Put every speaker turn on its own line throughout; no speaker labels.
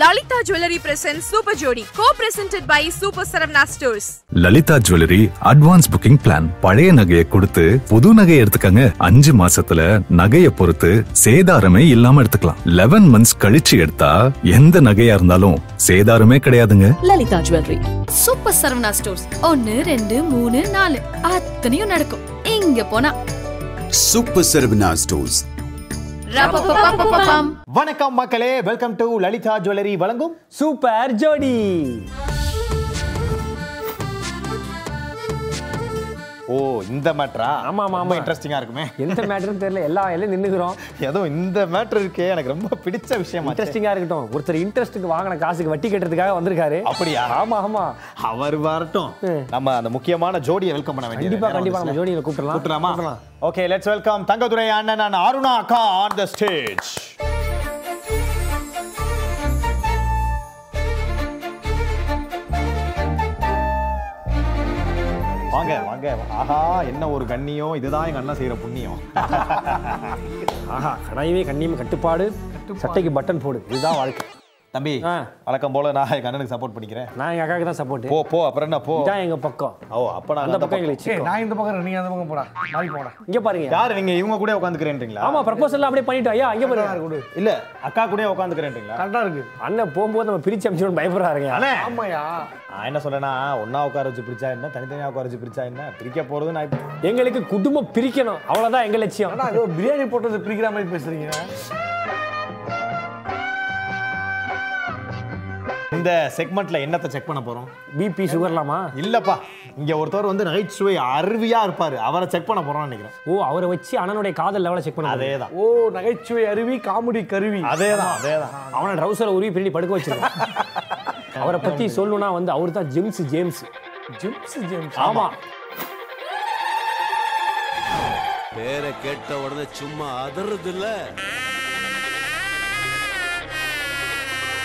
Lalita Jewelry presents Super Jodi, co-presented by Super Saravana Stores.
Lalitha jewellery advance booking plan பழைய நகையை கொடுத்து புது நகையை எடுத்துக்கங்க அஞ்சு மாசத்துல நகையை பொறுத்து சேதாரமே இல்லாம எடுத்துக்கலாம் லெவன் மந்த்ஸ் கழிச்சு எடுத்தா எந்த நகையா இருந்தாலும் சேதாரமே கிடையாதுங்க
Lalitha Jewellery
Super Saravana Stores ஒன்னு ரெண்டு மூணு நாலு அத்தனையும் நடக்கும் இங்க போனா
Super Saravana Stores.
ரப்பப்பப்பப்பப்பம்.
வணக்கம் மக்களே வெல்கம் டு லலிதா ஜுவல்லரி வழங்கும்
சூப்பர் ஜோடி
ஓ இந்த மேட்ரா
ஆமா, ஆமா,
ரொம்ப
ஆமா.
இன்ட்ரெஸ்டிங்கா இருக்குமே
எந்த மேட்டர்னு தெரியல எல்லா வேலையிலும் நின்றுக்கிறோம்
ஏதோ இந்த மேட்டர் இருக்கே எனக்கு ரொம்ப பிடிச்ச விஷயம்
இன்ட்ரெஸ்டிங்கா இருக்கட்டும் ஒருத்தர் இன்ட்ரெஸ்ட்டுக்கு வாங்கின காசுக்கு வட்டி கட்டுறதுக்காக வந்திருக்காரு
அப்படியா?
ஆமா ஆமா
அவர் வரட்டும்
ம்.
நம்ம அந்த முக்கியமான ஜோடியை வெல்கம் பண்ண வேண்டியது
கண்டிப்பா,
நேரம்
கண்டிப்பா, நம்ம
வந்துருச்சு.
ஜோடிகளை கூப்பிடலாம்.
கூப்பிடலாமா
கூப்பிடலாம்.
ஓகே லெட்ஸ் வெல்கம் தங்கதுரை அண்ணன் and அருணா அக்கா ஆன் த ஸ்டேஜ் வாங்க வாங்க ஆஹா என்ன ஒரு கண்ணியம் இதுதான் எங்க அண்ணன் செய்யற புண்ணியம்
ஆஹா கடையவே கண்ணியம் கட்டுப்பாடு சட்டைக்கு பட்டன் போடு இதுதான் வாழ்க்கை
தம்பி
ஆ.
வழக்கம் போல நான் எங்க அண்ணனுக்கு சப்போர்ட் பண்ணிக்கிறேன்
நான் எங்க அக்காவுக்கு தான் சப்போர்ட்
போ போ அப்புறம் என்ன போ
இதான் எங்க பக்கம்
ஓ அப்ப நான்
அந்த பக்கம் எங்களுக்கு சிக்கம்.
நான் இந்த பக்கம் நீங்க அந்த பக்கம் போடா மாறி போடா
இங்க பாருங்க
யார் நீங்க இவங்க கூட உட்காந்துக்கிறேன்றீங்களா
ஆமா ப்ரப்போசல் எல்லாம் அப்படியே பண்ணிட்டோம் ஐயா இங்க பாருங்க
கொடு
இல்ல அக்கா கூட உட்காந்துக்கிறேன்றீங்களா
கரெக்டா இருக்கு
அண்ணன் போகும்போது நம்ம பிரிச்சு அமைச்சோம் பயப்படுறாருங்க
அண்ணே
ஆமாயா
நான் என்ன சொல்றேன்னா ஒண்ணா உட்கார வச்சு பிரிச்சா என்ன தனித்தனியா உட்கார வச்சு பிரிச்சா என்ன பிரிக்க போறது நான் இப்ப-
எங்களுக்கு குடும்பம் பிரிக்கணும் அவ்வளவுதான் எங்க லட்சியம்
ஆனா அது ஒரு பிரியாணி போட்டது பிரிக்கிற மாதிரி பேசுறீங்க
இந்த செக்மெண்ட்ல என்னத்தை செக் பண்ண போறோம்
பிபி சுகர்லாமா
இல்லப்பா இங்க ஒருத்தர் வந்து நகைச்சுவை அருவியா இருப்பாரு அவரை செக் பண்ண போறோம்னு நினைக்கிறேன்
ஓ அவரை வச்சு அண்ணனுடைய காதல் லெவலை செக் பண்ணாதே
அதேதான்
ஓ நகைச்சுவை அருவி காமெடி கருவி
அதேதான் அதேதான்
அவனை ட்ரௌசரை உருவி பின்னாடி படுக்க வச்சிருக்கான் அவரை பத்தி சொல்லணும்னா வந்து அவர் தான் ஜெம்ஸ் ஜேம்ஸ் ஜெம்ஸ் ஜேம்ஸ் ஆமா
பேரை கேட்ட உடனே சும்மா அதறது இல்ல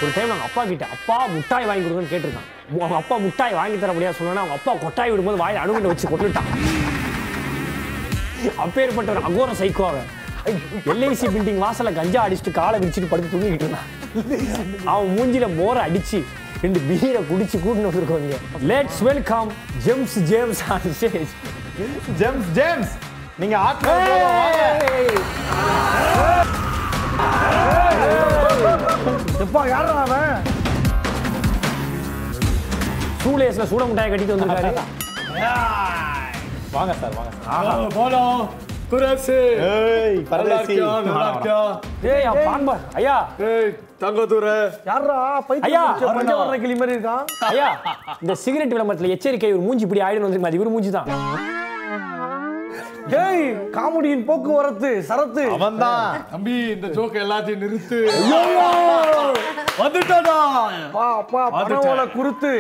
ஒரு டைம் அவங்க அப்பா கிட்ட அப்பா முட்டாய் வாங்கி கொடுங்கன்னு கேட்டிருக்கான் அவங்க அப்பா முட்டாய் வாங்கி தர முடியாது சொன்னா அவங்க அப்பா கொட்டாய் விடும்போது வாயில் அணுகிட்ட வச்சு கொண்டுட்டான் அப்பேற்பட்ட ஒரு அகோர சைக்கோ அவன் எல்ஐசி பில்டிங் வாசல்ல கஞ்சா அடிச்சுட்டு காலை விரிச்சிட்டு படுத்து தூங்கிட்டு இருந்தான் அவன் மூஞ்சில மோரை அடிச்சு ரெண்டு பீரை குடிச்சு கூட்டின்னு வந்திருக்கோங்க let's welcome gems James on stage
James James நீங்க ஆத்மபூர்வமா வாங்க.
எப்பா யாரா அவன்
சூலேஸ்ல சூட முட்டாயை கட்டிட்டு வந்திருக்காரு
வாங்க சார் வாங்க சார்
போலாம் துரசு
ஏய் பரதேசி
ஏய் அவன் பாம்பா ஐயா
யாரா
ஐயா,
பைத்தியம் பிடிச்ச மஞ்சள் வர்ற கிளி மாதிரி இருக்கான்
ஐயா இந்த சிகரெட் விளம்பரத்துல எச்சரிக்கை ஒரு மூஞ்சி இப்படி ஆயிடும் வந்திருக்கு அது இவர் மூஞ்சி தான்
ஏய் காமெடியின் போக்குவரத்து சரத்து
அவன்தான்
தம்பி இந்த ஜோக் எல்லாத்தையும் நிறுத்து பா பா பணவோல குறுத்து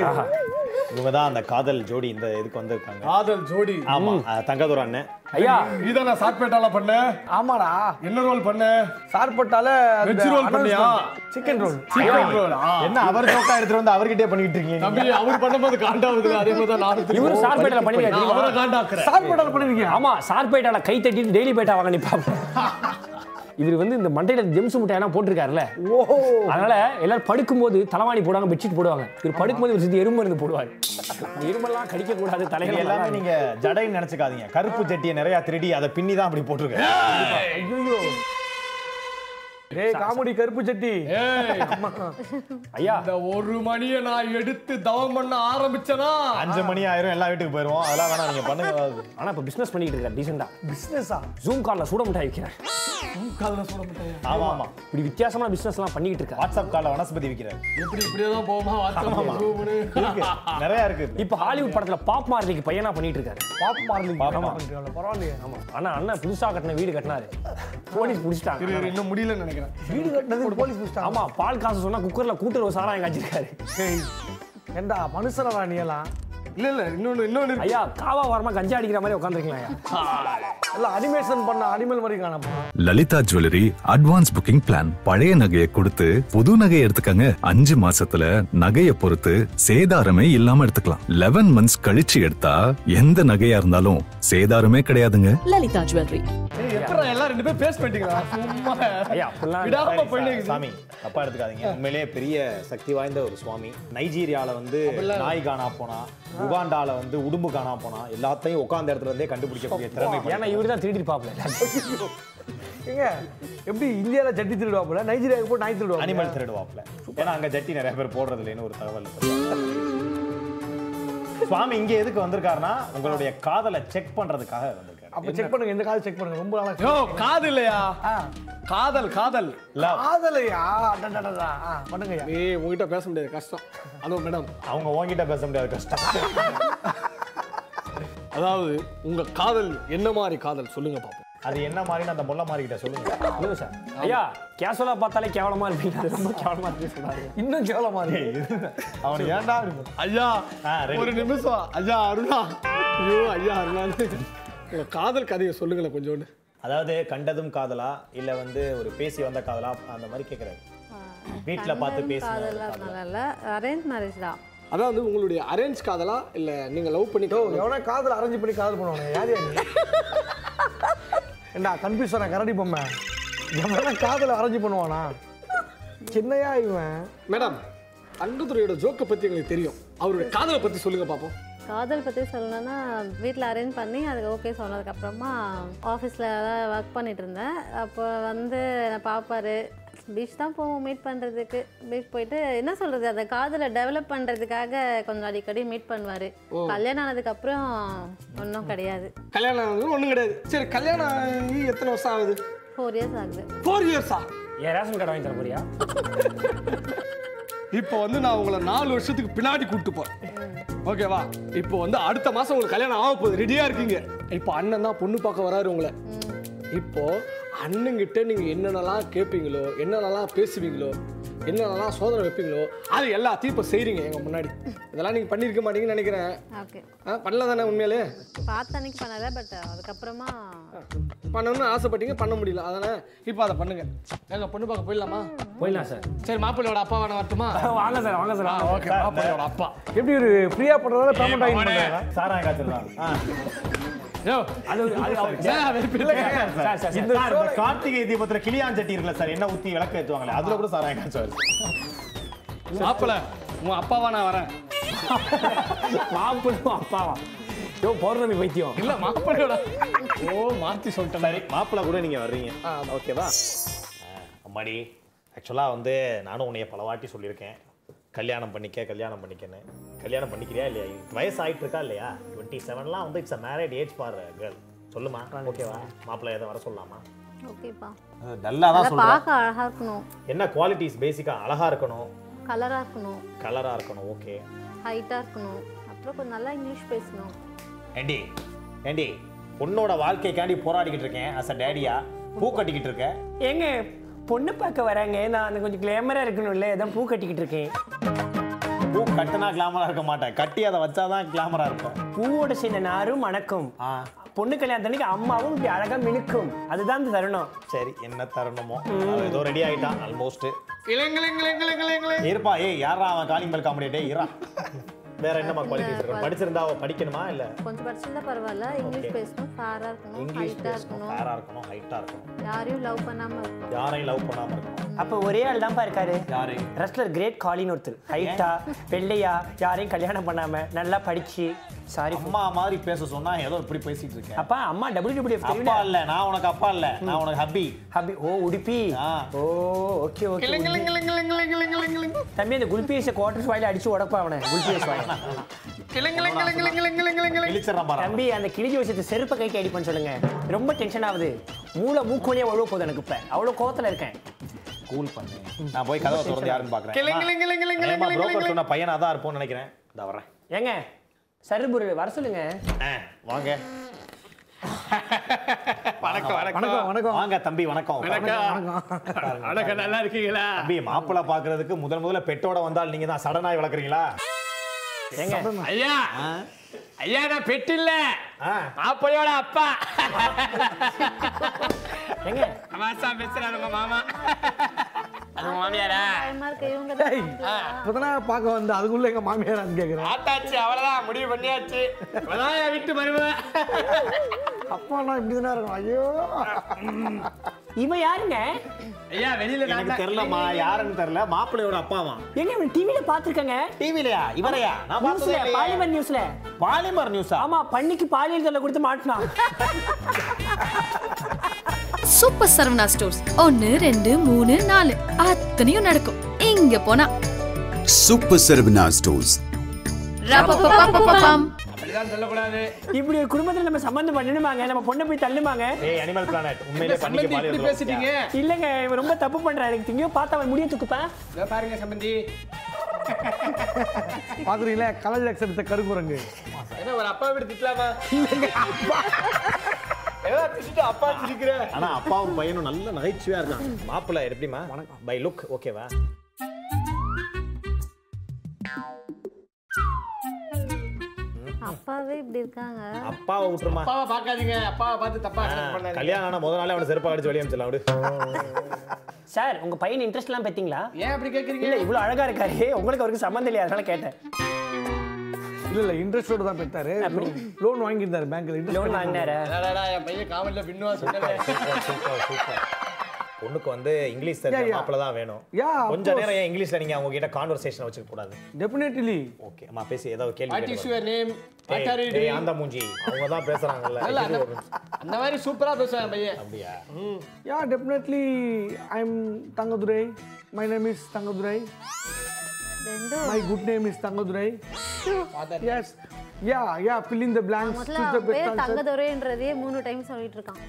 இவங்க தான் அந்த காதல் ஜோடி இந்த இதுக்கு வந்திருக்காங்க
காதல் ஜோடி
ஆமா அஹ், தங்கதுரை அண்ணன்
ஐயா
நீதானா சாட்பேட்டால பண்ண
ஆமாடா
என்ன ரோல் பண்ண
சார்பட்டால
வெஜ் ரோல் பண்ணியா
சிக்கன் ரோல்
சிக்கன் ரோல்
என்ன அவர் ஜோக்கா எடுத்துட்டு வந்து அவர்கிட்டயே பண்ணிட்டு இருக்கீங்க
தம்பி அவர் பண்ணும்போது காண்டாவுது அதே மாதிரி தான் நானும்
இவரு
திரும்பவும்
சார்பேட்டையில
நான்
பண்ணிருக்காரு
அவரை காண்டாக்குறேன்
சார்பட்டால பண்ணிருக்கீங்க
ஆமா சார்பேட்டால கை தட்டிட்டு டெய்லி பேட்டா வாங்க நிப்பாங்க இவர் வந்து இந்த மண்டையில ஜெம்ஸ் முட்டையெல்லாம் போட்டிருக்காருல்ல அதனால எல்லாரும் படுக்கும்போது தலைவாணி போடுவாங்க பெட்ஷீட் போடுவாங்க இவர் படுக்கும்போது இவர் சுத்தி எறும்பு இருந்து போடுவார் இந்த எறும்பெல்லாம் கடிக்க கூடாது
இது
தலைகள்
எல்லாமே நீங்க ஜடைன்னு நினைச்சுக்காதீங்க கருப்பு ஜட்டியை நிறைய திருடி அதை பின்னி தான் அப்படி போட்டிருக்கேன்
ஏய் காமெடி கருப்பு சட்டி
ஏய்,
ஐயா
இந்த ஒரு மணியை நான் எடுத்து தவம் பண்ண ஆரம்பிச்சனா
அஞ்சு மணி ஆயிரும் எல்லா வீட்டுக்கு போயிருவோம் அதெல்லாம் வேணாம் நீங்க பண்ணுங்க
ஆனா இப்ப பிசினஸ் பண்ணிட்டு இருக்காரு டீசெண்டா
பிசினஸா
ஜூம் கால்ல சூட முட்டாய் வைக்கிறார்
ஆமா ஆமா
இப்படி வித்தியாசமான பிசினஸ் எல்லாம் பண்ணிக்கிட்டு இருக்காரு
வாட்ஸ்அப் கால வனஸ்பதி விக்கிறாரு
இப்படி இப்படியே தான் போமா வாட்ஸ்அப் ரூம்னு
இருக்கு நிறைய இருக்கு
இப்ப ஹாலிவுட் படத்துல பாப் மார்லிக்கு பையனா பண்ணிட்டு இருக்காரு
பாப் மார்லிங்
பாப்பா.
பரவாயில்லையே
ஆமா ஆனா அண்ணன் புதுசா கட்டின வீடு கட்டினாரு போலீஸ் புடிச்சிட்டாங்க
இரு, இரு, இன்னும் முடியலன்னு நினைக்கிறேன்
வீடு கட்டினது போலீஸ் புடிச்சிட்டாங்க
ஆமா பால் காசு சொன்னா குக்கர்ல கூட்டுறவு சாராயம் காய்ச்சிருக்காரு
ஏய், ஏண்டா மனுஷனடா நீ எல்லாம்
இல்ல இல்ல இன்னொன்னு இன்னொன்னு இருக்கு
ஐயா காவா வாரமா கஞ்சா அடிக்கிற மாதிரி உட்காந்துருக்கலாம்
எல்லாம் அனிமேஷன் பண்ண அனிமல் மாதிரி காணப்பா
Lalitha jewellery advance booking plan பழைய நகையை கொடுத்து புது நகையை எடுத்துக்கங்க அஞ்சு மாசத்துல நகையை பொறுத்து சேதாரமே இல்லாம எடுத்துக்கலாம் லெவன் மந்த்ஸ் கழிச்சு எடுத்தா எந்த நகையா இருந்தாலும் சேதாரமே கிடையாதுங்க
லலிதா ஜுவல்லரி
எப்படி எல்லாம்
ரெண்டு பேரும் பேஸ்ட் பண்ணிட்டீங்களா சும்மா
ஐயா, அப்படிலாம்
விடாம
சா-
பண்ணிங்க
சாமி தப்பா எடுத்துக்காதீங்க உண்மையிலேயே பெரிய சக்தி வாய்ந்த ஒரு சுவாமி நைஜீரியால வந்து நாய் காணா போனா உகாண்டால வந்து உடும்பு காணா போனா எல்லாத்தையும் உட்கார்ந்த இடத்துல இருந்தே கண்டுபிடிக்கக்கூடிய திறமை
ஏன்னா இவரு தான் திருடி பாப்பல
ஏங்க எப்படி இந்தியால ஜட்டி திருடுவாப்புல நைஜீரியாவுக்கு போய் நாய் திருடுவாங்க
அனிமல் திருடுவாப்ல ஏன்னா அங்க ஜட்டி நிறைய பேர் போடுறது இல்லைன்னு ஒரு தகவல் இருக்கு. சுவாமி இங்க எதுக்கு வந்திருக்காருன்னா உங்களுடைய காதலை செக் பண்றதுக்காக வந்திருக்காரு
அப்ப செக் பண்ணுங்க எந்த காது செக் பண்ணுங்க ரொம்ப நாளா
யோ காது இல்லையா காதல் காதல்
Love.
காதலையா அடடடடா. ஆ, பண்ணுங்கய்யா
ஏய் உங்ககிட்ட பேச முடியாது கஷ்டம் ஹலோ மேடம்
அவங்க உங்ககிட்ட பேச முடியாது கஷ்டம்
அதாவது உங்க காதல் என்ன மாதிரி காதல் சொல்லுங்க பாப்போம்
அது என்ன மாதிரின்னு அந்த முல்லை மாறிக்கிட்ட சொல்லுங்க
சார் ஐயா கேஷுவலா பார்த்தாலே கேவலமா இருப்பீங்க அது ரொம்ப கேவலமா இருக்கு சொல்றாரு
இன்னும் கேவலமா இருக்கு
அவனுக்கு ஏன்டா இருக்கும்
ஐயா
ஆ, ready.
ஒரு நிமிஷம் ஐயா அருணா ஐயோ ஐயா அருணா உங்க காதல் கதையை சொல்லுங்களேன் கொஞ்சோண்டு
அதாவது கண்டதும் காதலா இல்ல வந்து ஒரு பேசி வந்த காதலா அந்த மாதிரி கேக்குறாரு வீட்ல பார்த்து பேசி
அரேஞ்ச் மேரேஜ் தான்
அதாவது உங்களுடைய அரேஞ்ச் காதலா இல்ல நீங்க லவ் பண்ணி
எவனா காதல் அரேஞ்ச் பண்ணி காதல் பண்ணுவானே யார் யாரு என்ன கன்ஃபியூஸ் ஆன கரடி பொம்மை எவனா காதல் அரேஞ்ச் பண்ணுவானா சின்னையா இவன்
மேடம் தங்கத்துறையோட ஜோக்கை பத்தி எங்களுக்கு தெரியும் அவருடைய காதலை பத்தி சொல்லுங்க பாப்போம்
காதல் பற்றி சொல்லணும்னா வீட்டில் அரேஞ்ச் பண்ணி அதுக்கு ஓகே சொன்னதுக்கப்புறமா ஆஃபீஸில் ஒர்க் பண்ணிட்டு இருந்தேன் அப்போ வந்து என்னை பார்ப்பாரு பீச் தான் போவோம் மீட் பண்ணுறதுக்கு பீச் போயிட்டு என்ன சொல்கிறது அந்த காதலை டெவலப் பண்ணுறதுக்காக கொஞ்சம் அடிக்கடி மீட் பண்ணுவார் கல்யாணம் ஆனதுக்கப்புறம் ஒன்றும் கிடையாது
கல்யாணம் ஆனது ஒண்ணும் கிடையாது சரி கல்யாணம் ஆகி எத்தனை வருஷம் ஆகுது
ஃபோர் இயர்ஸ் ஆகுது
ஃபோர் இயர்ஸா
ஏன் ரேஷன் கார்டு வாங்கி தர போறியா
இப்போ வந்து நான் உங்களை நாலு வருஷத்துக்கு பின்னாடி கூப்பிட்டு போறேன் ஓகேவா இப்போ வந்து அடுத்த மாசம் உங்களுக்கு கல்யாணம் ஆக போகுது ரெடியா இருக்கீங்க இப்போ அண்ணன் தான் பொண்ணு பார்க்க வராரு உங்களை இப்போ அண்ணன்கிட்ட நீங்க என்னென்னலாம் கேட்பீங்களோ என்னென்னலாம் பேசுவீங்களோ என்னென்னலாம் சோதனை வைப்பீங்களோ அது எல்லாத்தையும் இப்போ செய்றீங்க எங்க முன்னாடி இதெல்லாம் நீங்க பண்ணியிருக்க மாட்டீங்கன்னு நினைக்கிறேன்
ஓகே
ஆ, பண்ணல தானே உண்மையிலே
பார்த்த அன்னைக்கு பண்ணலை பட் அதுக்கப்புறமா
பண்ணணும்னு ஆசைப்பட்டீங்க பண்ண முடியல அதானே இப்போ அதை பண்ணுங்க எங்க பொண்ணு பார்க்க போயிடலாமா
போயிடலாம் சார்
சரி மாப்பிள்ளையோட அப்பா வேணா வரட்டுமா
வாங்க சார் வாங்க சார் வாங்க.
ஓகே மாப்பிள்ளையோட அப்பா
எப்படி ஒரு ஃப்ரீயா பண்றதால பேமெண்ட் ஆகி பண்றாங்க
சாரா காத்துறான்
யோ
அது அது அவர் சார் சார் சார்
இந்த சார், கார்த்திகை தீபத்துல கிளியான் சட்டி இருக்குல்ல சார் என்ன ஊத்தி விளக்கு ஏத்துவாங்களே அதுல கூட சாராயம் காய்ச்சுவாரு
மாப்பிள்ள உன் அப்பாவா நான் வரேன்
மாப்பிள்ளும் அப்பாவா யோ பௌர்ணமி பைத்தியம்
இல்ல மாப்பிள்ளையோட
ஓ மாத்தி சொல்லிட்டேன் சரி மாப்பிள்ள கூட நீங்க வர்றீங்க ஓகேவா அம்மாடி ஆக்சுவலா வந்து நானும் உன்னைய பல வாட்டி சொல்லியிருக்கேன் கல்யாணம் பண்ணிக்க கல்யாணம் பண்ணிக்கன்னு கல்யாணம் பண்ணிக்கிறியா இல்லையா உனக்கு வயசு ஆயிட்டு இருக்கா இல்லையா டுவெண்ட்டி செவன்லாம் வந்து it's a married age for girl சொல்லுமா ஓகேவா மாப்பிள்ளை எதை வர சொல்லலாமா
ஓகேப்பா
நல்லா
அதை பார்க்க அழகாக இருக்கணும்
என்ன குவாலிட்டிஸ் பேசிக்கா அழகா இருக்கணும்
கலராக இருக்கணும்
கலரா இருக்கணும் ஓகே
ஹைட்டாக இருக்கணும் அப்புறம் கொஞ்சம் நல்லா இங்கிலீஷ் பேசணும்
ஏண்டி ஏண்டி உன்னோட வாழ்க்கைக்காண்டி போராடிக்கிட்டு இருக்கேன் அஸ் அ டேடியா பூ கட்டிக்கிட்டு இருக்கேன்
ஏங்க பொண்ணு பார்க்க வராங்க நான் அந்த கொஞ்சம் கிளாமரா இருக்கணும்ல அதான் பூ கட்டிக்கிட்டு இருக்கேன்
பூ கட்டினா கிளாமரா இருக்க மாட்டேன் கட்டி அதை வச்சாதான் கிளாமரா இருக்கும்
பூவோட சேர்ந்த நாரும் மணக்கும்
ஆ
பொண்ணு கல்யாணத்தன்னைக்கு அம்மாவும் இப்படி அழகா மினுக்கும் அதுதான் அந்த தருணம்
சரி என்ன தருணமோ அவன் ஏதோ ரெடி ஆயிட்டான் ஆல்மோஸ்ட்
இளங்கலங்கலங்கலங்கலங்கல
இருப்பா ஏய் யாரா அவன் காலிங் பெல் காமெடி டே இரா வேற என்னமா குவாலிட்டிஸ் இருக்கு படிச்சிருந்தா அவ படிக்கணுமா இல்ல
கொஞ்சம் படிச்சிருந்தா பரவாயில்ல இங்கிலீஷ் பேசணும் ஃபேராக இருக்கணும்
இங்கிலீஷ்
ஹைட்டாக
பேசணும்
இருக்கணும்
ஃபேரா இருக்கணும் ஹைட்டா இருக்கணும்
யாரையும் லவ் பண்ணாம இருக்கணும்
யாரையும் லவ் பண்ணாம இருக்கணும்
அப்ப ஒரே ஆள் தான்ப்பா இருக்காரு
யாரு
ரெஸ்லர் கிரேட் காலின்னு ஒருத்தர் ஹைட்டா வெள்ளையா யாரையும் கல்யாணம் பண்ணாம நல்லா படிச்சு சாரி
அம்மா மாதிரி பேச சொன்னா ஏதோ இப்படி பேசிட்டு இருக்கேன்
அப்பா அம்மா டபிள்யூ
அப்பா
டபிள்யூ
இல்ல நான் உனக்கு அப்பா இல்ல நான் உனக்கு ஹப்பி
ஹபி ஓ உடுப்பி
ஆ.
ஓ ஓகே ஓகே தம்பி அந்த குல்பீஸ் குவார்டர்ஸ் வாயில அடிச்சு உடப்பா அவனை குல்பீஸ் வாயில
இழிச்சிடறான் பாரு
தம்பி அந்த கிழிஞ்சு விஷயத்தை செருப்பை கைக்கு அடிப்பேன்னு சொல்லுங்க ரொம்ப டென்ஷன் ஆகுது மூளை மூக்கோலியே அவ்வளோ போகுது எனக்கு இப்போ அவ்வளோ கோவத்துல இருக்கேன்
கூல் பண்ணு நான் போய் கதவை திறந்து யாருன்னு பாக்குறேன் புரோக்கர் சொன்ன பையனா தான் இருப்போம்னு நினைக்கிறேன் இந்த வரேன்
ஏங்க சருபுரு வர சொல்லுங்க
ஆ, வாங்க
வணக்கம்
வணக்கம் வணக்கம்
வாங்க தம்பி வணக்கம்
வணக்கம் வணக்கம் நல்லா இருக்கீங்களா
தம்பி மாப்பிள்ள பாக்குறதுக்கு முதல் முதல்ல பெட்டோட வந்தால் நீங்க தான் சடனாய் வளர்க்குறீங்களா
ஏங்க
ஐயா ஐயா நான் பெட்டு இல்ல
ஆ.
மாப்பிள்ளையோட அப்பா
ஏங்க
மாசா பேசுறாரு உங்க மாமா
அது உங்க மாமியாரா
பயமா இருக்கு இவங்க தான் பாக்கலாம்.
இப்பதான் பார்க்க வந்த அதுக்குள்ள எங்க மாமியாரான்னு கேக்குறேன்
ஆத்தாச்சு அவ்வளவுதான் முடிவு பண்ணியாச்சு இவதான் என் வீட்டு மருமக
அப்பா நான் இப்படிதானே இருக்கணும் ஐயோ
இவன் யாருங்க
ஐயா வெளியில எனக்கு தெரியலமா யாருன்னு தெரியல மாப்பிள்ளையோட அப்பாவா
எங்க இவன் டிவியில பாத்துருக்கங்க
டிவிலையா இவரையா நான் பார்த்ததே
நியூஸ்ல
இல்லையே.
பாலிமர் நியூஸ்ல
பாலிமர் நியூஸா
ஆமா பண்ணிக்கு பாலியல் தொல்லை கொடுத்து மாட்டினான்
சூப்பர் சரவணா ஸ்டோர்ஸ் ஒன்னு ரெண்டு மூணு நாலு அத்தனையும் நடக்கும் இங்க போனா
Super Sarvana Stores.
ரப்பப்பப்பப்பப்பம்.
அப்படிதான் சொல்லக்கூடாது
இப்படி ஒரு குடும்பத்துல நம்ம சம்பந்தம் பண்ணணுமாங்க நம்ம பொண்ணை போய் தள்ளுமாங்க
ஏய் அனிமல் பிளானட் உண்மையிலே
இந்த
பண்ணிக்க
சம்பந்தி இப்படி
பாலிமர்
பேசிட்டீங்க
இல்லங்க இவன் ரொம்ப தப்பு பண்றான் எனக்கு திங்கோ பார்த்தா அவன் முடிய தூக்குப்பேன்
இதோ பாருங்க சம்பந்தி
பாக்குறீங்களா கலர் ஜாக்ஸ் எடுத்த கருங்குரங்கு
என்ன ஒரு அப்பா விட திட்டலாமா ஏதோ திட்டிட்டு அப்பா சிரிக்கிற
ஆனா அப்பாவும் பையனும் நல்ல நகைச்சுவையா இருக்கான் மாப்பிள்ளை எப்படிமா பை லுக் ஓகேவா
அப்பாவே இப்படி இருக்காங்க
அப்பாவை விட்டுருமா
அப்பாவை பார்க்காதீங்க அப்பாவை பார்த்து தப்பா கணக்கு பண்ணாதீங்க
கல்யாணம் ஆனா முதல் நாளே அவனை செருப்பா அடிச்சு வெளியே அமைச்சலாம் விடு
சார் உங்க பையன் இன்ட்ரெஸ்ட் எல்லாம் பாத்தீங்களா
ஏன் அப்படி கேக்குறீங்க
இல்ல இவ்வளவு அழகா இருக்காரு உங்களுக்கு அவருக்கு சம்மந்தம் இல்லையா அதனால கேட்டேன்
இல்ல இல்ல இன்ட்ரெஸ்டோட தான் பெற்றாரு லோன் வாங்கியிருந்தாரு பேங்க்ல
லோன்
இன்ட்ரெஸ்ட்
வாங்கினாரு
என்னடா என் பையன் காமெடியில பின்னுவா சொன்னேன்
சூப்பர், சூப்பர் சூப்பர் பொண்ணுக்கு வந்து இங்கிலீஷ்
Yeah,
தெரிஞ்ச
yeah.
மாப்பிள்ள தான் வேணும்
Yeah, of
கொஞ்ச
course.
நேரம் ஏன் இங்கிலீஷ்ல நீங்க அவங்க கிட்ட கான்வர்சேஷன் வச்சுக்க கூடாது
டெபினெட்லி
ஓகே அம்மா பேசி ஏதாவது கேள்வி
வாட் இஸ்
கேட்டு
யுவர் நேம் வாட் ஆர்
பாரு.
யூ
ஏய், ஏய்,
டூயிங்
அந்த மூஞ்சி அவங்க தான் பேசுறாங்கல்ல
நல்ல
இது
அந்த-
ஒரு-
அந்த மாதிரி சூப்பரா பேசுவேன் என் பையன்
அப்படியா
yeah definitely I am Thangadurai my name is Thangadurai
ரெண்டும்
my good name is Thangadurai yes yeah yeah fill in the blanks
முதல்ல அவன் பேர் தங்கதுரைன்றதே மூணு டைம் சொல்லிட்டு இருக்கான்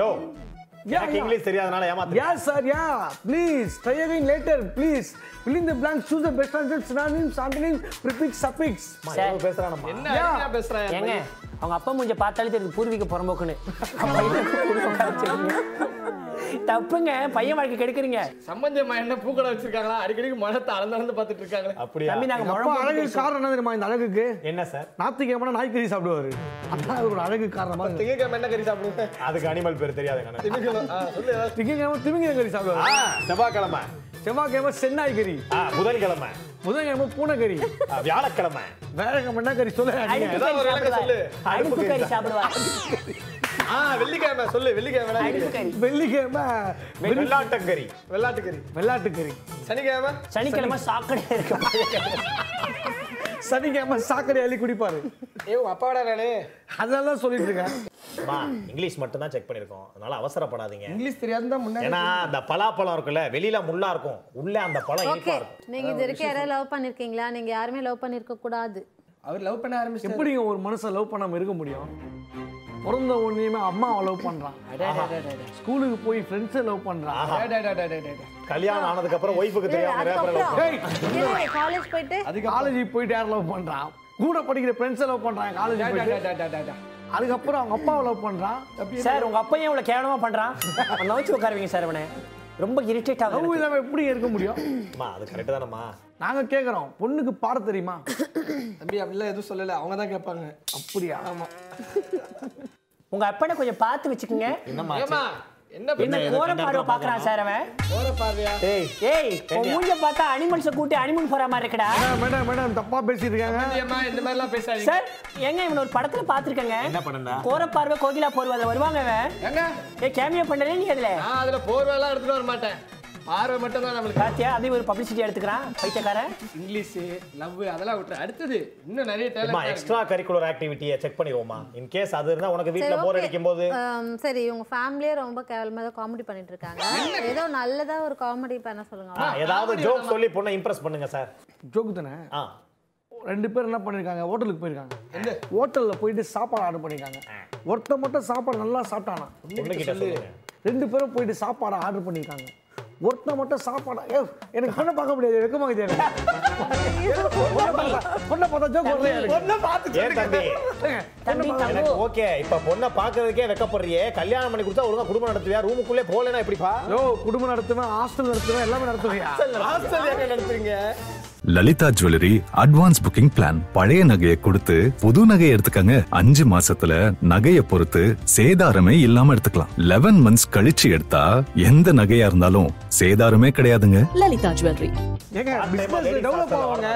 யோ
Yeah,
எனக்கு
yeah.
இங்கிலீஷ் தெரியாதனால ஏமாத்து
yeah sir yeah please try again later please fill in the blanks choose the best answer synonyms antonyms prefix suffix
எவ்வளவு பேசுறானம்மா
என்ன அருமையா பேசுறான் என்
ஏங்க
பையன்.
அவங்க அப்பா மூஞ்ச பார்த்தாலே தெரியுது பூர்வீக புறம்போக்குன்னு அப்பா என்ன பூர்வீகம் காமிச்சிருக்கீங்க? தப்புங்க பையன் வாழ்க்கை கெடுக்குறீங்க
சம்பந்தி அம்மா என்ன பூக்கடை வச்சிருக்காங்களா அடிக்கடிக்கு மனத்தை அளந்து அளந்து பார்த்துட்டு இருக்காங்களே
அப்படியா
தம்பி நாங்க
அப்பா
முழம்
அழகு காரணம் என்ன தெரியுமா இந்த அழகுக்கு
என்ன சார்
நாத்திகமான நாய்க்கறி சாப்பிடுவாரு அதான் ஒரு அழகு காரணமா இருக்கு.
திங்கக்கிழமை என்ன கறி சாப்பிடுவேன்
அதுக்கு அனிமல் பேர் தெரியாதுங்க எனக்கு.
திங்கக்கிழமை ஆ, சொல்லு ஏதாவது.
திங்கக்கிழமை திமிங்கிற கறி
ஆ,
சாப்பிடுவாரு
செவ்வாய்க்கிழமை
செவ்வாய்க்கிழமை சென்னாய் கறி
ஆ, புதன்கிழமை
புதன்கிழமை பூனைக்கறி
ஆ, வியாழக்கிழமை
வேலைக்கிழமை என்ன கறி சொல்ல
அடுப்பு
ஏதாவது ஒரு
கறி
விளக்கம் சொல்லு.
சாப்பிடுவா அடுப்பு கறி சாப்பிடுவா
ஆ வெள்ளிக்கிழமை சொல்லு வெள்ளிக்கிழமை என்ன கறி?
அடுப்பு கறி
வெள்ளிக்கிழமை
வெள்ளாட்டங்கறி
வெள்ளாட்டு கறி
வெள்ளாட்டுக்கறி
சனிக்கிழமை
சனிக்கிழமை சாக்கடை இருக்கு
சனிக்கிழமை சாக்கடை அள்ளி குடிப்பாரு
ஏ உங்க அப்பாவோட நானு
அதெல்லாம் தான் சொல்லிட்டு இருக்கேன்
அம்மா, இங்கிலீஷ் மட்டும் தான் செக் பண்ணிருக்கோம் அதனால அவசரப்படாதீங்க
இங்கிலீஷ் தெரியாதுன்னு தான் முன்னாடி
ஏன்னா அந்த பலாப்பழம் இருக்குல்ல வெளியில முள்ளா இருக்கும் உள்ள அந்த பழம்
ஓகே
இனிப்பா இருக்கும்
நீங்க இது வரைக்கும் யாராவது லவ் பண்ணிருக்கீங்களா நீங்க யாருமே லவ் பண்ணிருக்க கூடாது
அவர் லவ் பண்ண ஆரம்பிச்சு
எப்படிங்க ஒரு மனுஷன் லவ் பண்ணாம இருக்க முடியும் பிறந்த ஒன்றையுமே அம்மாவை லவ் பண்றான் ஸ்கூலுக்கு போய் ஃப்ரெண்ட்ஸை லவ் பண்றான்
கல்யாணம் ஆனதுக்கு அப்புறம் ஒய்ஃபுக்கு தெரியாம ரேப்பரை
அதுக்கப்புறம்
வளர்க்கும்.
காலேஜ் போயிட்டு
காலேஜுக்கு போயிட்டு யார் லவ் பண்றான் கூட படிக்கிற ஃப்ரெண்ட்ஸை லவ் பண்றான் காலேஜ் போயிட்டு அதுக்கப்புறம் அவங்க அப்பாவை லவ் பண்றான்
சார் உங்க அப்பா ஏன் இவ்வளவு கேவலமா பண்றான் அவன் நவுச்சு உட்காருவீங்க சார் அவனை ரொம்ப இரிட்டேட்
லவ்
ஆகும்
இல்லாம எப்படி இருக்க முடியும்
அம்மா, அது கரெக்ட் தானம்மா
நாங்க கேக்குறோம் பொண்ணுக்கு பாட தெரியுமா
தம்பி அப்படிலாம் எதுவும் சொல்லல அவங்க தான் கேட்பாங்க
அப்படியா
உங்க அப்பனை கொஞ்சம் பார்த்து வச்சுக்கோங்க
ஏமா
என்ன
என்ன பண்ண
கோர பார்வை பாக்குறான் சார் அவன்
போற பாருயா
ஏய்
ஏய் உன் மூஞ்ச பார்த்தா அனிமல்ஸை கூட்டி அனிமல் போற மாதிரி இருக்குடா
மேடம், மேடம் மேடம் தப்பா பேசிட்டு இருக்காங்க
ஏமா இந்த மாதிரி எல்லாம் பேசாதீங்க
சார் எங்க இவன் ஒரு படத்துல பாத்துருக்கங்க
என்ன பண்ணா
கோர பார்வை கோகிலா போர்வை அதுல வருவாங்க அவன்
ஏங்க
ஏ கேமியோ பண்ணல நீ அதுல
நான் அதுல போர்வேலாம் எடுத்துட்டு வர மாட்டேன் பார்வை மட்டும் தான் நம்மளுக்கு
பாத்தியா அதையும் ஒரு பப்ளிசிட்டி எடுத்துக்கிறான் பைத்தியக்காரன்
இங்கிலீஷ் லவ் அதெல்லாம் விட்டுரு அடுத்தது இன்னும் நிறைய
அம்மா
டேலண்ட்
எக்ஸ்ட்ரா கரிக்குலர் ஆக்டிவிட்டியை செக் பண்ணிடுவோமா இன் கேஸ் அது இருந்தா உனக்கு வீட்ல
சரி,
போர்
okay.
அடிக்கும் போது
ஆம், சரி இவங்க ஃபேமிலியே ரொம்ப கேவலமா தான் காமெடி பண்ணிட்டு இருக்காங்க ஏதோ நல்லதா ஒரு காமெடி பண்ண சொல்லுங்க
ஆ,
அவ்வளவுதான்.
ஏதாவது ஜோக் சொல்லி பொண்ணை இம்ப்ரெஸ் பண்ணுங்க சார்
ஜோக்கு தானே
ஆ
ரெண்டு பேர் என்ன பண்ணிருக்காங்க ஹோட்டலுக்கு போயிருக்காங்க ஹோட்டல்ல போயிட்டு சாப்பாடு ஆர்டர் பண்ணிருக்காங்க ஒருத்தன் மட்டும் சாப்பாடு நல்லா சாப்பிட்டானா
பொண்ணுகிட்ட சொல்லுங்க
ரெண்டு பேரும் போயிட்டு சாப்பாடு ஆர்டர் பண்ணிருக்காங்க ஒருத்தன் மட்டும் சாப்பாடு ஏ, எனக்கு பொண்ணை பார்க்க முடியாது வெக்கமாக தெரியாது பொண்ணை பார்த்தா- பொண்ணை பார்த்தா ஜோக் வரல
ஏன் தம்பி
தம்பி தம்பு
ஓகே இப்ப பொண்ணை பாக்குறதுக்கே வெக்கப்படுறியே கல்யாணம் பண்ணி கொடுத்தா ஒழுங்கா குடும்பம் நடத்துவியா ரூமுக்குள்ளே போகலைன்னா எப்படிப்பா
ஓ குடும்பம் நடத்துவேன் ஹாஸ்டல் நடத்துவேன் எல்லாமே நடத்துவையா
ஹாஸ்டல் எங்க நடத்துறீங்க
Lalitha jewellery advance booking plan பழைய நகையை கொடுத்து புது நகையை எடுத்துக்கங்க அஞ்சு மாசத்துல நகையை பொறுத்து சேதாரமே இல்லாம எடுத்துக்கலாம் லெவன் மந்த்ஸ் கழிச்சு எடுத்தா எந்த நகையா இருந்தாலும் சேதாரமே கிடையாதுங்க
லலிதா ஜுவல்லரி
ஏங்க பிஸ்னஸ் டெவலப் ஆவாங்க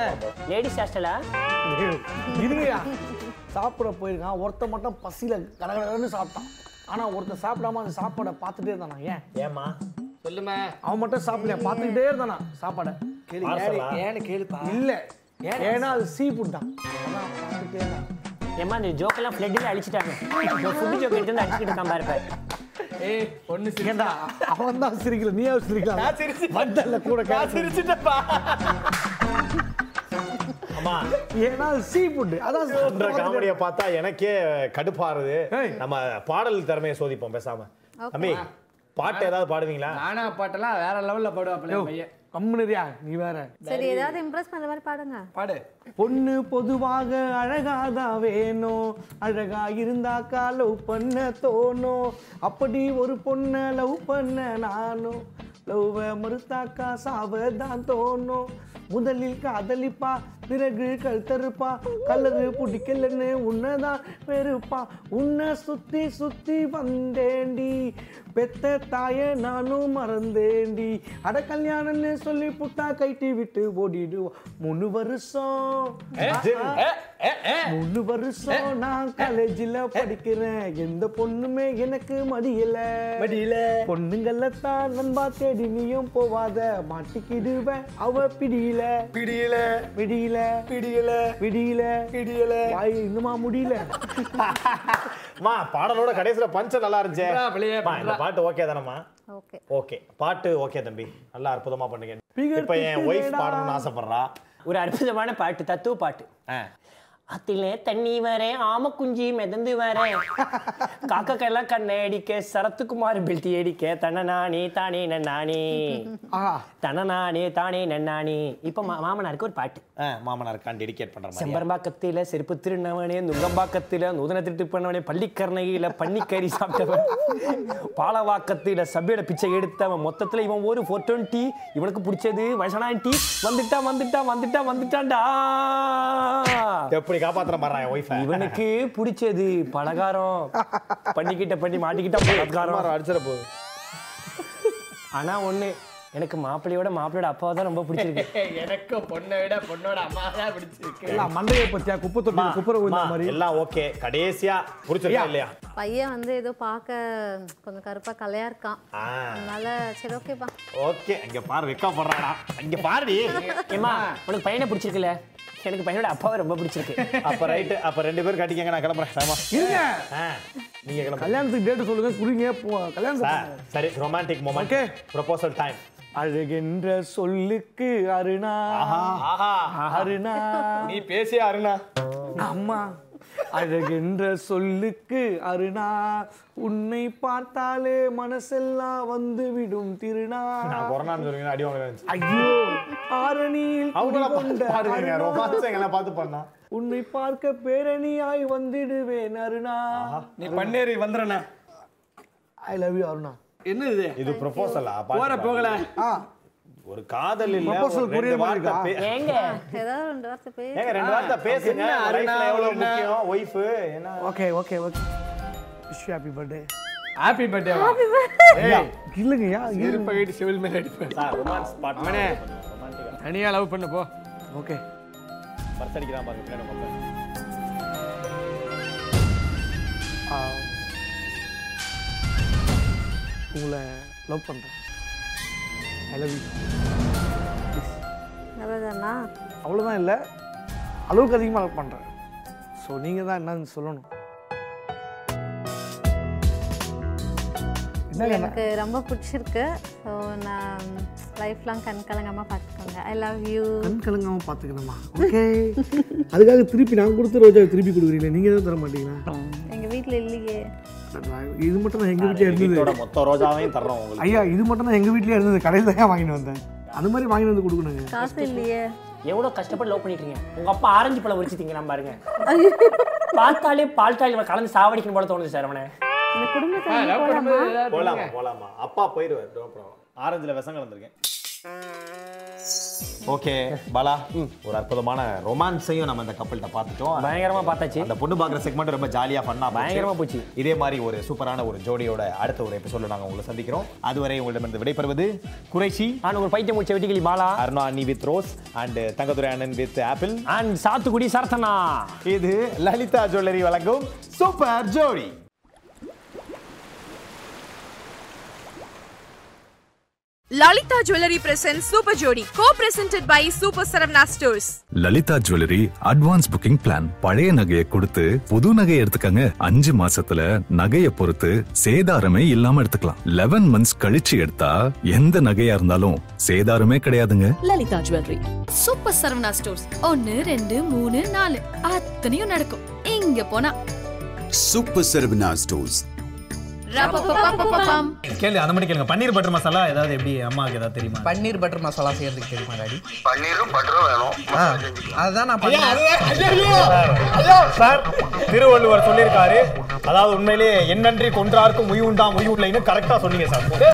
லேடிஸ் ஹாஸ்டலா
இருங்கயா சாப்பிட போயிருக்கான் ஒருத்தன் மட்டும் பசியில கடகடன்னு சாப்பிட்டான் ஆனா ஒருத்தன் சாப்பிடாம அந்த சாப்பாடை பார்த்துட்டே இருந்தானா ஏன்
ஏமா
சொல்லுமே
அவன் மட்டும் சாப்பிடல பார்த்துக்கிட்டே இருந்தானா சாப்பாடை கேளு
Parcel-ஆ?
ஏன்னு- ஏன்னு கேளுப்பா இல்ல ஏன்னா அது சீ ஃபுட் தான் அதான் பார்த்துட்டே இருந்தான்
ஏமா இந்த ஜோக்கெல்லாம் ஃப்ளட்டில் அழிச்சிட்டாங்க ஃபுட்டு ஜோக் எடுத்து வந்து அடிச்சுக்கிட்டு இருக்கான் பாருப்பா
ஏய் ஒன்னு சிரிக்கடா அவன் தான் சிரிக்கல நீயா சிரிக்கலாம்
நான் சிரிச்சு-
வந்தல்ல கூட
நான் சிரிச்சிட்டப்பா அம்மா
ஏன்னா அது சீ ஃபுட் அதான்
பண்ற காமெடியை பார்த்தா எனக்கே கடுப்பாருது நம்ம பாடல் திறமையை சோதிப்போம் பேசாம
Okay.
தம்பி பாட்டு ஏதாவது பாடுவீங்களா
நானா பாட்டெல்லாம் வேற லெவல்ல பாடுவாப்ல
யோவ், கம்முனுறியா நீ வேற
சரி ஏதாவது இம்ப்ரெஸ் பண்ற மாதிரி பாடுங்க
பாடு
பொண்ணு பொதுவாக அழகாதான் வேணும் அழகா இருந்தாக்கா லவ் பண்ண தோணும் அப்படி ஒரு பொண்ணை லவ் பண்ண நானும் லவ்வை மறுத்தாக்கா சாவ தான் தோணும் முதலில் காதலிப்பா பிறகு கழுத்தறுப்பா கலரு பிடிக்கலன்னு உன்னதான் வெறுப்பா உன்னை சுத்தி சுத்தி வந்தேண்டி பெத்த தாய நானும் மறந்தேண்டி அட கல்யாணம்னு சொல்லி புட்டா கைட்டி விட்டு ஓடிடுவோம் மூணு வருஷம் ஆஹா. மூணு வருஷம் நான் காலேஜில் படிக்கிறேன் எந்த பொண்ணுமே எனக்கு மடியல மடியல பொண்ணுங்கள தான் நண்பா தேடி நீயும் போவாத மாட்டிக்கிடுவேன் அவ பிடியில பிடியில பிடியில பிடியில பிடியில பிடியில வாய் இன்னுமா முடியல
அம்மா பாடலோட கடைசியில பஞ்ச நல்லா இருந்துச்சே
புறா, வெளியே,
அம்மா, இந்த
புறா.
பாட்டு ஓகே தானம்மா
ஓகே
ஓகே பாட்டு ஓகே தம்பி நல்லா அற்புதமா பண்ணுங்க
பிகர்
இப்போ என் ஒய்ஃப்
திட்டுதேடா.
பாடணும்னு ஆசைப்படுறா
ஒரு அற்புதமான பாட்டு தத்துவ பாட்டு அத்திலே தண்ணி வரே ஆம குஞ்சி மிதந்து வரே காக்கக்கெல்லாம் கண்ணை அடிக்க சரத்துக்குமார் பில்டி அடிக்க தனநானே தானே நன்னானே தனநானே தானே நன்னானே இப்போ மா- மாமனாருக்கு ஒரு பாட்டு
ஆ, மாமனாருக்காண்டி டெடிகேட் பண்ற மாதிரி
செம்பரம்பாக்கத்தில செருப்பு திருநவனே நுங்கம்பாக்கத்தில நூதன திருட்டு பண்ணவனே பள்ளிக்கரணையில பன்னிக்கறி சாப்பிட்டவன் பாலவாக்கத்தில சபையோட பிச்சை எடுத்தவன் மொத்தத்துல இவன் ஒரு ஃபோர் டுவெண்ட்டி இவனுக்கு பிடிச்சது வயசானான் டீ வந்துட்டான் வந்துட்டான் வந்துட்டான் வந்துட்டான்டா
எப்படி காப்பாத்துற மாதிரி என் ஒய்ஃப்
இவனுக்கு பிடிச்சது பலகாரம் பண்ணிக்கிட்ட பண்ணி மாட்டிக்கிட்ட பலகாரம்
அடிச்சிட போகுது
ஆனா ஒண்ணு எனக்கு மாப்பிள்ளையோட மாப்பிள்ளையோட அப்பாவை தான் ரொம்ப பிடிச்சிருக்கு
எனக்கு பொண்ணை விட பொண்ணோட அம்மா தான் பிடிச்சிருக்கு
மண்டையை பத்தியா குப்பை தொட்டி குப்புற
அம்மா, எல்லாம் ஓகே கடைசியா புடிச்சிருக்கா இல்லையா
பையன் வந்து ஏதோ பார்க்க கொஞ்சம் கருப்பா கலையா இருக்கான்
ஆ
அதனால சரி ஓகேப்பா
ஓகே இங்க பாரு வெக்கா பண்றாடா இங்க பாருடி
ஏமா உனக்கு பையனை பிடிச்சிருக்குல்ல எனக்கு பையனோட அப்பாவை ரொம்ப பிடிச்சிருக்கு
அப்ப ரைட் அப்ப ரெண்டு பேரும் கட்டிக்கங்க நான் கிளம்புறேன் ஆமா
இருங்க
ஆ, நீங்க கிளம்புங்க
கல்யாணத்துக்கு டேட்டு சொல்லுங்க குறிங்க போ
சார்,
கல்யாணம்
சரி ரொமான்டிக் மொமெண்ட் ப்ரொபோசல் டைம்
அழகென்ற சொல்லுக்கு அருணா
ஆஹா
அருணா
நீ பேசிய அருணா
அம்மா அழகென்ற சொல்லுக்கு அருணா உன்னை பார்த்தாலே மனசெல்லாம் வந்து விடும் திருநா
நான் கொரோனான்னு சொல்லுங்க அடி வாங்க
ஐயோ ஆரணியில்
அவங்கள
குடிகொண்ட
பாருங்க
அருணா.
ரொமான்ஸ் எங்களை பார்த்து பண்ணா
உன்னை பார்க்க பேரணியாய் வந்திடுவேன் அருணா
நீ பண்ணேறி வந்துடுறேண்ணா
ஐ லவ் யூ அருணா
என்ன இது
இது ப்ரொபோசலா
போற போகல
ஆ
ஒரு காதல் இல்ல
Proposal
ஒரு ரெண்டு
புரியுற மாதிரி
வார்த்தை
இருக்கா?
பே-
ஏங்க
ஏதாவது ரெண்டு வார்த்தை பேசு
ஏங்க ரெண்டு வார்த்தை பேசுங்க
என்ன அருணா,
லைஃப்ல எவ்வளவு
என்ன?
முக்கியம் ஒய்ஃப் என்ன
okay okay okay wish happy birthday
happy birthday
இல்லைங்கய்யா
இருப்ப வீட்டு சிவில் மேல அடிப்பேன்
சார் ரொமான்ஸ் பாட்டு
அவனே. தனியா லவ் பண்ண போ
ஓகே
பர்ஸ் அடிக்கிறான் பாருங்க பின்னாடி உட்கார்ந்து.
உங்களை லவ் பண்ணுறேன் ஐ லவ் யூ
நல்லதாண்ணா
அவ்வளோதான் இல்லை அளவுக்கு அதிகமாக லவ் பண்ணுறேன் ஸோ நீங்கள் தான் என்னன்னு சொல்லணும்
இது
என்னங்க
எனக்கு ரொம்ப பிடிச்சிருக்கு ஸோ நான் லைஃப் லாங் கண் கலங்காம பார்த்துக்கோங்க ஐ லவ் யூ
கண் கலங்காமல் பார்த்துக்கணுமா ஓகே அதுக்காக திருப்பி நான் கொடுத்த ரோஜாவை திருப்பி கொடுக்குறீங்களே நீங்கள் எதுவும் தர மாட்டீங்களா
எங்கள் வீட்டில் இல்லையே
நான் இது மட்டும் தான் எங்கள் வீட்டில் இருந்தது
வீட்டோட மொத்த ரோஜாவையும் தர்றோம் உங்களுக்கு
ஐயா இது மட்டும் தான் எங்கள் வீட்டிலே இருந்தது கடையில் தான் வாங்கிட்டு வந்தேன் அந்த மாதிரி வாங்கிட்டு வந்து கொடுக்கணுங்க
காசு இல்லையே
எவ்வளோ கஷ்டப்பட்டு லவ் பண்ணிட்டு இருக்கீங்க உங்க அப்பா ஆரஞ்சு பழம் உரிச்சிட்டீங்க பாருங்க பார்த்தாலே பால் தாய் கலந்து சாவடிக்கணும் போல தோணுது சார் அவனை
இந்த குடும்பத்தை வந்து
லவ்
போலாமா
பண்ணும்போது ஏதாவது
போலாமா போலாமா அப்பா போயிடுவார் நோ ப்ராப்ளம் ஆரஞ்சுல விஷம் கலந்துருக்கேன் ஓகே பாலா ஒரு அற்புதமான ரொமான்ஸையும் நம்ம இந்த கப்பல்கிட்ட பார்த்துட்டோம்
பயங்கரமா பார்த்தாச்சு
அந்த பொண்ணு பார்க்குற செக்மெண்ட் ரொம்ப ஜாலியாக பண்ணா
பயங்கரமா போச்சு.
இதே மாதிரி ஒரு சூப்பரான ஒரு ஜோடியோட அடுத்த ஒரு எபிசோட நாங்கள் உங்களை சந்திக்கிறோம் அதுவரை உங்களிடமிருந்து விடைபெறுவது குறைஷி
நான் ஒரு பைத்தியம் மூச்சை வெட்டிக்கிளி பாலா
அருணா அண்ணி வித் ரோஸ் அண்ட் தங்கதுரை அண்ணன் வித் ஆப்பிள்
அண்ட் சாத்துக்குடி சரத்தனா
இது லலிதா ஜுவல்லரி வழங்கும் Super Jodi
Lalitha Jewellery present Super Jodi co presented by Super Saravana Stores
Lalitha jewellery advance booking plan பழைய நகையை கொடுத்து புது நகையை எடுத்துக்கங்க அஞ்சு மாசத்துல நகையை பொறுத்து சேதாரமே இல்லாம எடுத்துக்கலாம் லெவன் மந்த்ஸ் கழிச்சு எடுத்தா எந்த நகையா இருந்தாலும் சேதாரமே கிடையாதுங்க
Lalitha Jewellery Super Saravana Stores ஒன்னு ரெண்டு மூணு நாலு அத்தனையும் நடக்கும் இங்க போனா
Super Sarvana Stores.
ரப்பப்பப்பப்பப்பம்.
கேளு அந்த மாதிரி கேளுங்க பன்னீர் பட்டர் மசாலா ஏதாவது எப்படி அம்மாவுக்கு ஏதாவது தெரியுமா
பன்னீர் பட்டர் மசாலா செய்யறதுக்கு தெரியுமா டாடி
பன்னீரும் பட்டரும் வேணும்
ஆ அதுதான் நான்
ஐயா,
பண்றேன்.
அதுதான்- ஐயோ, ஐயோ. சார் திருவள்ளுவர் சொல்லியிருக்காரு அதாவது உண்மையிலேயே என் நன்றி கொன்றார்க்கும் உய் உண்டாம் உய் உள்ளைன்னு கரெக்டா சொன்னீங்க சார்